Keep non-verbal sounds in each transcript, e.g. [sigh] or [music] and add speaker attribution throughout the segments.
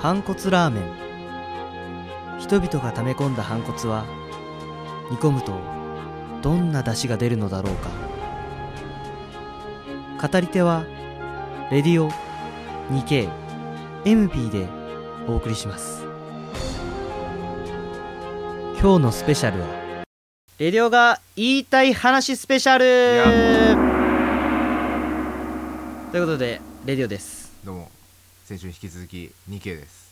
Speaker 1: 反骨ラーメン人々が溜め込んだ反骨は煮込むとどんな出汁が出るのだろうか語り手はレディオ 2KMP でお送りします今日のスペシャルはレディオが言いたい話スペシャルということでレディオです
Speaker 2: どうも先週に引き続き 2K です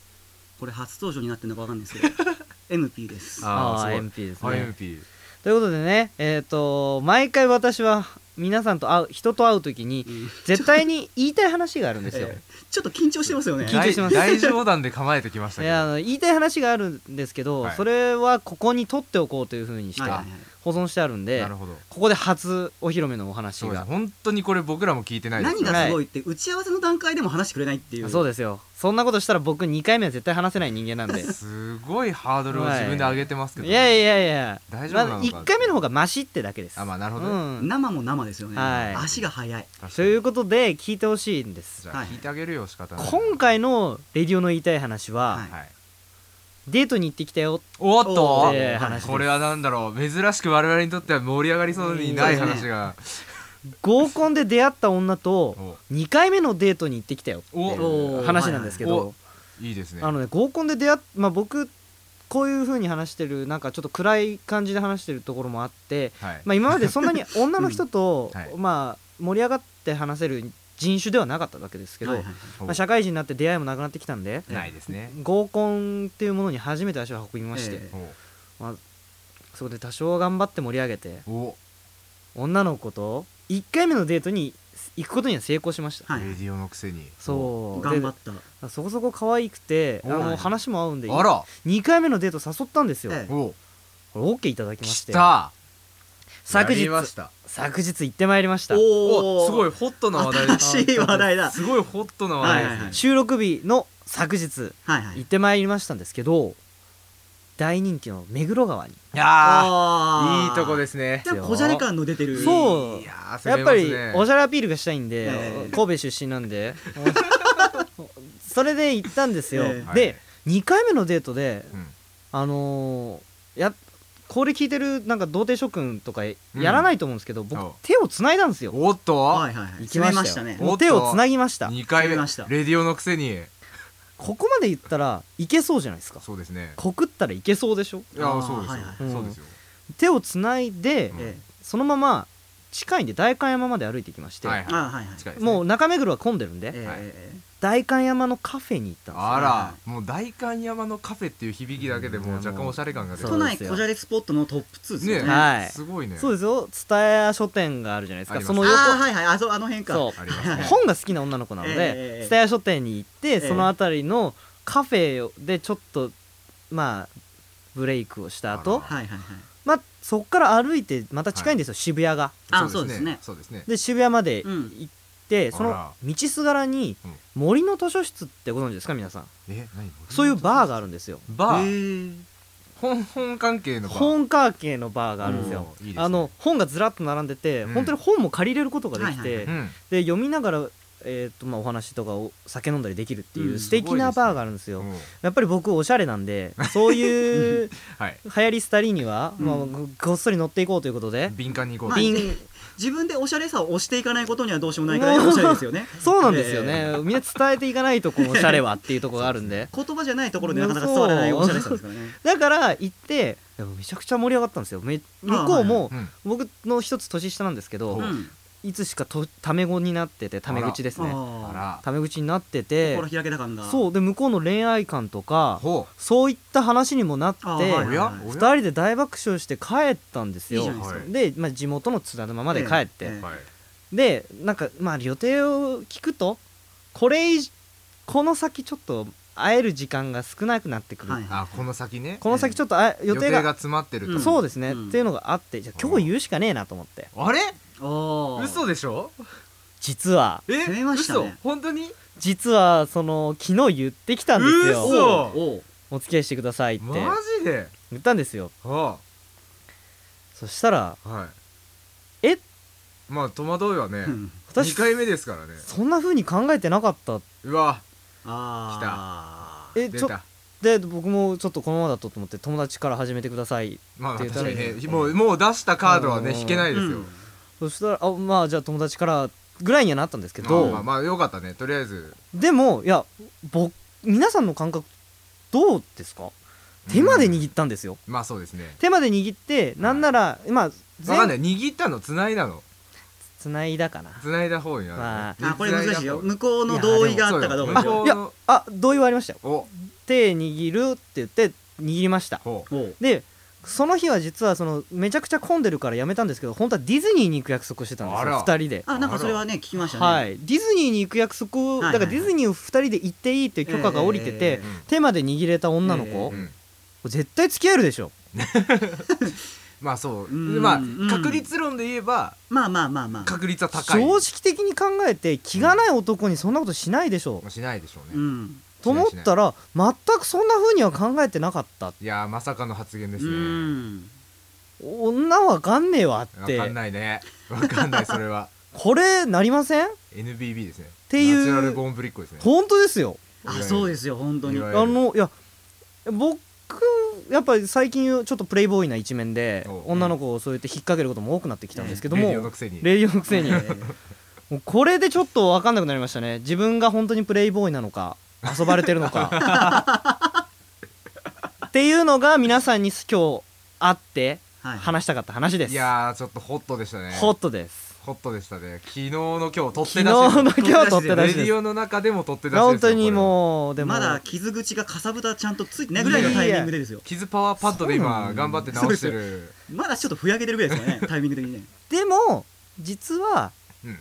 Speaker 3: これ初登場になってるのかわかんないですけど MP です
Speaker 1: あー
Speaker 2: す
Speaker 1: MP ですね
Speaker 2: ごい MP
Speaker 1: ということでねえっ、と毎回私は皆さんと会う人と会う時に
Speaker 3: うん
Speaker 1: 絶対に言いたい話があるんです
Speaker 2: [laughs]
Speaker 1: よ、
Speaker 3: ええちょっと緊張してますよね
Speaker 1: 緊張してます
Speaker 2: 大大冗談で構えてきました
Speaker 1: い
Speaker 2: けど
Speaker 1: やあの言いたい話があるんですけど、
Speaker 2: はい
Speaker 1: それはここに取っておこうというふうにして
Speaker 3: はいはいはい
Speaker 1: 保存してあるんで、
Speaker 2: なるほど
Speaker 1: ここで初お披露目のお話
Speaker 2: そうです
Speaker 1: が
Speaker 2: 本当にこれ僕らも聞いてないです
Speaker 3: 何がすごいって打ち合わせの段階でも話してくれないってい
Speaker 1: あ
Speaker 3: う
Speaker 1: そうですよそんなことしたら僕2回目は絶対話せない人間なんで
Speaker 2: すごいハードルを自分で上げてますけど、
Speaker 1: いやいやいや
Speaker 2: 大丈夫なのか
Speaker 1: まあ、1回目の方がマシってだけです
Speaker 2: あまあなるほどね
Speaker 1: うん
Speaker 3: 生も生ですよね
Speaker 1: はい
Speaker 3: 足が速い
Speaker 2: 確
Speaker 1: と
Speaker 2: かに
Speaker 1: いうことで聞いてほしいんです
Speaker 2: じゃあ聞いてあげるよ仕方ない
Speaker 1: 今回のレディオの言いたい話は、
Speaker 3: はい
Speaker 2: はい
Speaker 1: デートに行ってきたよ
Speaker 2: おっと
Speaker 1: おー話です
Speaker 2: これはなんだろう珍しく我々にとっては盛り上がりそうにない話が、
Speaker 1: 合コンで出会った女と
Speaker 2: お
Speaker 1: 2回目のデートに行ってきたよってい
Speaker 3: お
Speaker 1: う話なんですけど、
Speaker 2: いいですね
Speaker 1: あのね合コンで出会っ、まあ、僕こういう風に話してるなんかちょっと暗い感じで話してるところもあって、
Speaker 2: はい、
Speaker 1: まあ、今までそんな
Speaker 3: [laughs]
Speaker 1: に女の人と、
Speaker 2: うんはい
Speaker 1: まあ、盛り上がって話せる人種ではなかったわけですけど、
Speaker 3: はいはいはい
Speaker 2: お
Speaker 1: まあ、社会人になって出会いもなくなってきたんで
Speaker 2: ないですね
Speaker 1: 合コンっていうものに初めて足を運びまして、
Speaker 3: ええ
Speaker 1: そこで多少頑張って盛り上げて
Speaker 2: おお
Speaker 1: 女の子と1回目のデートに行くことには成功しました、
Speaker 3: はい
Speaker 2: レディオのくせに
Speaker 1: そう
Speaker 3: 頑張っ
Speaker 1: で
Speaker 3: た
Speaker 1: そこそこ可愛くてあ
Speaker 2: お
Speaker 1: の
Speaker 3: はい
Speaker 1: 話も合うんで
Speaker 2: あら
Speaker 1: 2回目のデート誘ったんですよ、
Speaker 3: ええ
Speaker 2: おお
Speaker 1: これ OK いただきま
Speaker 2: 来
Speaker 1: して
Speaker 2: た
Speaker 1: 昨
Speaker 2: や
Speaker 1: 日
Speaker 2: りました
Speaker 1: 昨日行ってまいりました
Speaker 2: お
Speaker 3: お
Speaker 2: すごい
Speaker 3: い
Speaker 2: ホットな話題です
Speaker 3: 新しい話題だ
Speaker 2: すごいホットな話題ですね、
Speaker 3: はいはい
Speaker 1: 収録日の昨日
Speaker 3: はいはい
Speaker 1: 行ってまいりましたんですけど大人気の目黒川に
Speaker 2: いやー
Speaker 3: あ
Speaker 2: いいとこですすね
Speaker 3: じゃあ小じゃれ感の出てる
Speaker 1: そう
Speaker 2: いやー
Speaker 1: や
Speaker 2: 攻
Speaker 1: っ
Speaker 2: め
Speaker 1: ぱ
Speaker 2: ます
Speaker 1: り
Speaker 2: ね
Speaker 1: おしゃれアピールがしたいんで、
Speaker 3: ええ
Speaker 1: 神戸出身なん
Speaker 2: [laughs]
Speaker 1: でそれで行ったんですよ、
Speaker 3: え
Speaker 2: え
Speaker 1: で2回目のデートで
Speaker 2: うん
Speaker 1: あのーやこれ聞いてるなんか童貞諸君とかや
Speaker 2: うん
Speaker 1: らないと思うんですけど、
Speaker 2: おう
Speaker 1: 僕手をつないだんですよ
Speaker 2: おっと、
Speaker 3: はいはいはい
Speaker 1: 行きま
Speaker 3: 攻めま
Speaker 1: し
Speaker 3: したた
Speaker 1: よ
Speaker 3: ね
Speaker 2: お
Speaker 1: もう手をつなぎました
Speaker 2: 2回目レ
Speaker 3: 攻めました
Speaker 2: ディオのくせに
Speaker 1: ここまで言ったらいけそうじゃないですか
Speaker 2: そうですね
Speaker 1: 告ったらいけそうでしょ
Speaker 2: いやー
Speaker 3: あー
Speaker 2: そうですよ、
Speaker 3: はいはい
Speaker 2: そうですよ、
Speaker 1: 手をつないで、
Speaker 2: うん
Speaker 3: ええ
Speaker 1: そのまま近いんで代官山まで歩いてきまして、
Speaker 2: はいはい
Speaker 3: あーはいはい
Speaker 2: 近いですね
Speaker 1: もう中目黒は混んでるんで、
Speaker 3: ええ
Speaker 2: はい
Speaker 3: え
Speaker 1: 代官山のカフェに行ったんですよ
Speaker 2: あ
Speaker 3: は
Speaker 2: らもう代官山のカフェっていう響きだけでもう若干おしゃれ感が出
Speaker 3: え
Speaker 1: そ
Speaker 2: る
Speaker 1: う
Speaker 3: 都内小じゃれスポットのトップ2ですよね
Speaker 2: ね、
Speaker 1: はい
Speaker 2: すごいね
Speaker 1: そうですよ蔦屋書店があるじゃないです
Speaker 2: あ
Speaker 1: か
Speaker 2: り
Speaker 1: そ
Speaker 2: ます
Speaker 1: の横、
Speaker 3: ああはいはいあそうあの辺か
Speaker 1: そう
Speaker 2: ありますね
Speaker 1: 本が好きな女の子なの
Speaker 3: え
Speaker 1: で
Speaker 3: え
Speaker 1: 蔦屋書店に行って
Speaker 3: え
Speaker 1: その辺りのカフェでちょっとまあブレイクをした
Speaker 2: あ
Speaker 1: 後
Speaker 2: ら
Speaker 3: はいはいはい
Speaker 1: まあそこから歩いてまた近いんですよ、渋谷が
Speaker 3: あそうですね
Speaker 2: そうですね
Speaker 1: で渋谷まで
Speaker 3: うん
Speaker 1: 行って、そ
Speaker 2: あ
Speaker 1: の
Speaker 2: ら
Speaker 1: 道すがらに
Speaker 2: うん
Speaker 1: 森の図書室ってご存知ですか皆さん
Speaker 2: え何
Speaker 1: そういうバーがあるんですよ
Speaker 2: バー、
Speaker 3: へえ
Speaker 2: 本本関係のバー
Speaker 1: 本関係のバーがあるんですよ
Speaker 2: おーいいですね
Speaker 1: あの本がずらっと並んでて、
Speaker 2: うん
Speaker 1: 本当に本も借りれることができて、
Speaker 3: はいはい
Speaker 2: うん
Speaker 1: で読みながら、えーとまあ、お話とかを酒飲んだりできるっていううん素敵なバーがあるんですよ、
Speaker 2: うん
Speaker 1: やっぱり僕おしゃれなん
Speaker 3: [laughs]
Speaker 1: でそういう
Speaker 2: はい
Speaker 1: 流行り廃りには、
Speaker 3: うん
Speaker 1: まあ、ごごっそり乗っていこうということで、
Speaker 2: 敏感に行こう
Speaker 3: まあ
Speaker 1: ビン
Speaker 3: 自分でおしゃれさを押していかないことにはどうしようもないからおしゃれですよね
Speaker 1: そうなんですよね、みんな伝えていかないとこうおしゃれはっていうところがあるんで
Speaker 3: 言葉じゃないところでなかなか伝わらないおしゃれさですからね
Speaker 1: だから行っていやめちゃくちゃ盛り上がったんですよめ向こうも
Speaker 2: うん
Speaker 1: 僕の一つ年下なんですけど、
Speaker 2: う
Speaker 3: うん
Speaker 1: いつしかとタメ語になっててタメ口ですね
Speaker 2: あ
Speaker 3: あ
Speaker 1: タメ口になって
Speaker 3: ー
Speaker 1: て
Speaker 3: 心開けた感が
Speaker 1: そうで向こうの恋愛観と
Speaker 2: ら
Speaker 1: か
Speaker 2: ほ
Speaker 1: そういった話にもなって
Speaker 3: あーはい
Speaker 2: おや
Speaker 3: はい
Speaker 2: お
Speaker 1: 2
Speaker 2: や
Speaker 1: 人で大爆笑して帰ったんですよ
Speaker 3: いいじゃない
Speaker 2: ですか
Speaker 1: で、まあ、地元の津田沼まで帰って、
Speaker 3: ええ
Speaker 2: はい
Speaker 1: でなんかまあ予定を聞くとこれ以この先ちょっと会える時間が少なくなってくる、
Speaker 3: はい
Speaker 2: あこの先ね
Speaker 1: この先ちょっとあ予
Speaker 2: 予
Speaker 1: 定
Speaker 2: 定
Speaker 1: が
Speaker 2: が詰まってる
Speaker 3: う
Speaker 2: と
Speaker 3: ん
Speaker 1: そうですね、
Speaker 3: うん
Speaker 1: っていうのがあってじゃあ今日言うしかねえなと思って
Speaker 2: あれ
Speaker 3: ああ
Speaker 2: 嘘でしょ
Speaker 1: 実は
Speaker 2: え
Speaker 3: 攻めましたね
Speaker 2: 嘘本当に
Speaker 1: 実はその昨日言ってきたんです
Speaker 2: 嘘
Speaker 1: よお付き合いしてくださいって
Speaker 2: マジで
Speaker 1: 言ったんですよ
Speaker 2: は
Speaker 1: そしたら
Speaker 2: あはい
Speaker 1: え
Speaker 2: まあ戸惑いはね
Speaker 3: うん
Speaker 1: 私
Speaker 2: 2回目ですからね
Speaker 1: そんな風に考えてなかった
Speaker 2: うわ
Speaker 3: ああ
Speaker 1: え
Speaker 2: 出
Speaker 1: ちょ
Speaker 2: た
Speaker 1: で僕もちょっとこのままだとと思って友達から始めてください
Speaker 2: まあ
Speaker 1: 出
Speaker 2: 確
Speaker 1: た
Speaker 2: かにね
Speaker 1: うん
Speaker 2: もうもう出したカードは
Speaker 1: あ
Speaker 2: ね
Speaker 1: のー
Speaker 2: 引けないですよ
Speaker 3: うん
Speaker 1: そしたらあまあじゃあ友達からぐらいにはなったんですけど、
Speaker 2: まあまあまあよかったねとりあえず
Speaker 1: でもいや僕皆さんの感覚どうですか手まで握ったんですよ、
Speaker 2: まあそうですね
Speaker 1: 手まで握ってなんなら、まあ
Speaker 2: わか
Speaker 1: 全
Speaker 2: んない
Speaker 1: 部
Speaker 2: 握ったの繋いだの
Speaker 1: つないだかな
Speaker 2: 繋いだ方になるね
Speaker 1: まあ
Speaker 3: あこれ難しいよ
Speaker 2: 繋だ
Speaker 3: 向こうの同意があったかどうかでし
Speaker 2: いやでもそうよ向こう
Speaker 3: ょ
Speaker 1: いやあ同意はありましたよ
Speaker 2: 方お
Speaker 1: 手握るって言って握りました
Speaker 2: ほう
Speaker 3: おう
Speaker 1: でその日は実はそのめちゃくちゃ混んでるからやめたんですけど本当はディズニーに行く約束をしてたんです
Speaker 2: あ
Speaker 1: よ
Speaker 2: ら
Speaker 1: 2人で。
Speaker 3: あなんかそれはね聞きましたね、
Speaker 1: はい、ディズニーに行く約束を、
Speaker 3: はいはいはい
Speaker 1: だからディズニーを2人で行っていいっていう許可が下りてて、
Speaker 3: ええええ
Speaker 1: 手まで握れた女の子、
Speaker 3: え
Speaker 2: うん
Speaker 1: 絶対付き合えるでしょ
Speaker 2: まあそうで
Speaker 3: うん
Speaker 2: まあ
Speaker 3: うん
Speaker 2: 確率論で言えば
Speaker 3: まあまあまあまあ、
Speaker 2: 確率は
Speaker 1: 正
Speaker 2: 高い
Speaker 1: 直的に考えて気がない男にそんなことしないでしょ、
Speaker 2: まあしないでしょうね
Speaker 3: うん、
Speaker 1: と思ったら全くそんな風には考えてなかった
Speaker 2: いやーまさかの発言で
Speaker 3: う
Speaker 2: すね
Speaker 3: ん
Speaker 1: 女わかんねえわっ
Speaker 2: わ
Speaker 1: て
Speaker 2: かんないねわかんないそれは
Speaker 1: これなりません
Speaker 2: NBB ですねって
Speaker 1: いう
Speaker 2: ナチュラルゴーンブリッコですね
Speaker 1: 本当ですよ
Speaker 3: あそうですよ本当に
Speaker 2: いわゆる
Speaker 1: あのいや僕やっぱり最近ちょっとプレイボーイな一面で
Speaker 2: お
Speaker 1: 女の子をそうやって引っ掛けることも多くなってきたんですけど
Speaker 2: レ
Speaker 1: も、
Speaker 2: ディオのくせに
Speaker 1: レイディオのくせに
Speaker 3: え
Speaker 1: もうこれでちょっと分かんなくなりましたね自分が本当にプレイボーイなのか遊ばれてるのか
Speaker 2: [laughs]
Speaker 1: っていうのが皆さんに今日会って
Speaker 3: ーはい
Speaker 1: 話したかった話です
Speaker 2: いやーちょっとホットでしたね
Speaker 1: ホットです
Speaker 2: ホットでしたね昨日の今日取っ
Speaker 1: 昨
Speaker 2: て出し
Speaker 1: 日の今
Speaker 2: で
Speaker 1: 日取っ
Speaker 2: す
Speaker 1: て
Speaker 2: よ
Speaker 1: 出
Speaker 2: レ
Speaker 1: し
Speaker 2: デ
Speaker 1: です
Speaker 2: ィオの中でも取って出しですよ
Speaker 1: 本当に
Speaker 2: こ
Speaker 1: もうでも
Speaker 3: まだ傷口がかさぶたちゃんとついてないぐらいのタイミングでですよ
Speaker 2: れは傷パワーパッドで
Speaker 1: そうな
Speaker 2: 今
Speaker 1: の
Speaker 2: 頑張って直してる
Speaker 3: まだちょっとふやけてるぐらいですよねタイミング的にね
Speaker 1: でも実は
Speaker 2: うん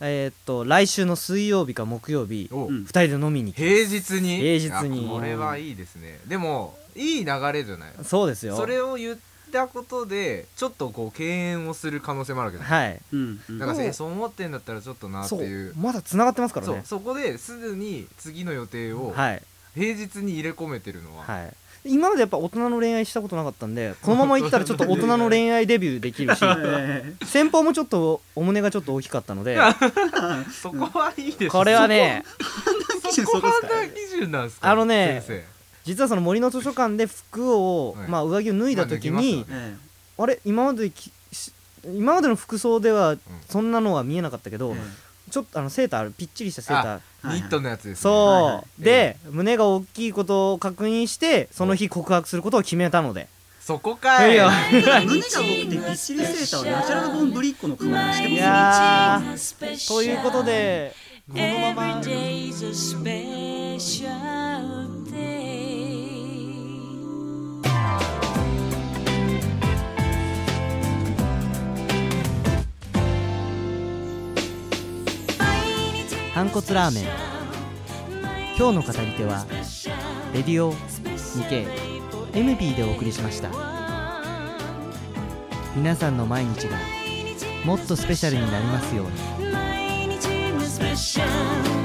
Speaker 1: えーっと来週の水曜日か木曜日
Speaker 2: お
Speaker 3: うん
Speaker 1: 2人で飲みに行く
Speaker 2: 平日に
Speaker 1: 平日に
Speaker 2: いやこれはいいですねでもいい流れじゃない
Speaker 1: そうですよ
Speaker 2: それを言ったことでちょっとこう敬遠をする可能性もあるわけど
Speaker 1: はい
Speaker 3: うん、うん [laughs]
Speaker 2: だから
Speaker 1: そう
Speaker 2: えそう思ってんだったらちょっとなって
Speaker 1: そ
Speaker 2: いう
Speaker 1: うまだつながってますから
Speaker 2: そう
Speaker 1: ね
Speaker 2: そこですでに次の予定を
Speaker 1: はい
Speaker 2: 平日に入れ込めてるのは、
Speaker 1: はい今までやっぱ大人の恋愛したことなかったんでこのままいったらちょっと大人の恋愛デビューできる
Speaker 3: [laughs]
Speaker 1: し
Speaker 3: え
Speaker 1: 先方もちょっとお胸がちょっと大きかったの
Speaker 2: [laughs]
Speaker 1: で
Speaker 3: ー
Speaker 2: そこはいいです
Speaker 1: これはね
Speaker 2: そこ判断基準なんですか
Speaker 1: あのね
Speaker 2: 先
Speaker 1: 実はその森の図書館で服を、
Speaker 2: はい
Speaker 1: まあ、上着を脱いだ時
Speaker 2: まあ脱ぎま
Speaker 1: に
Speaker 2: すよ
Speaker 3: え
Speaker 1: あれ今まできし今までの服装では
Speaker 2: 生、
Speaker 1: そんなのは見えなかったけど、
Speaker 3: え
Speaker 1: ちょっとあのセーターあるぴっちりしたセーター
Speaker 2: うんニットのやつです、ね、
Speaker 1: そう、
Speaker 3: はいはい
Speaker 1: で、胸が大きいことを確認してその日告白することを決めたので
Speaker 2: そこかい
Speaker 1: いや
Speaker 3: 胸が僕ってびっしりセーターはナチュラルボーンブリッコの顔にしてます
Speaker 1: い
Speaker 3: よ
Speaker 1: や
Speaker 4: ー
Speaker 1: ということでこのまま
Speaker 4: Every day's a special day.
Speaker 1: 反骨ラーメン今日の語り手はレディオ 2KMB でお送りしました皆さんの毎日がもっとスペシャルになりますように
Speaker 4: 毎日がスペシャル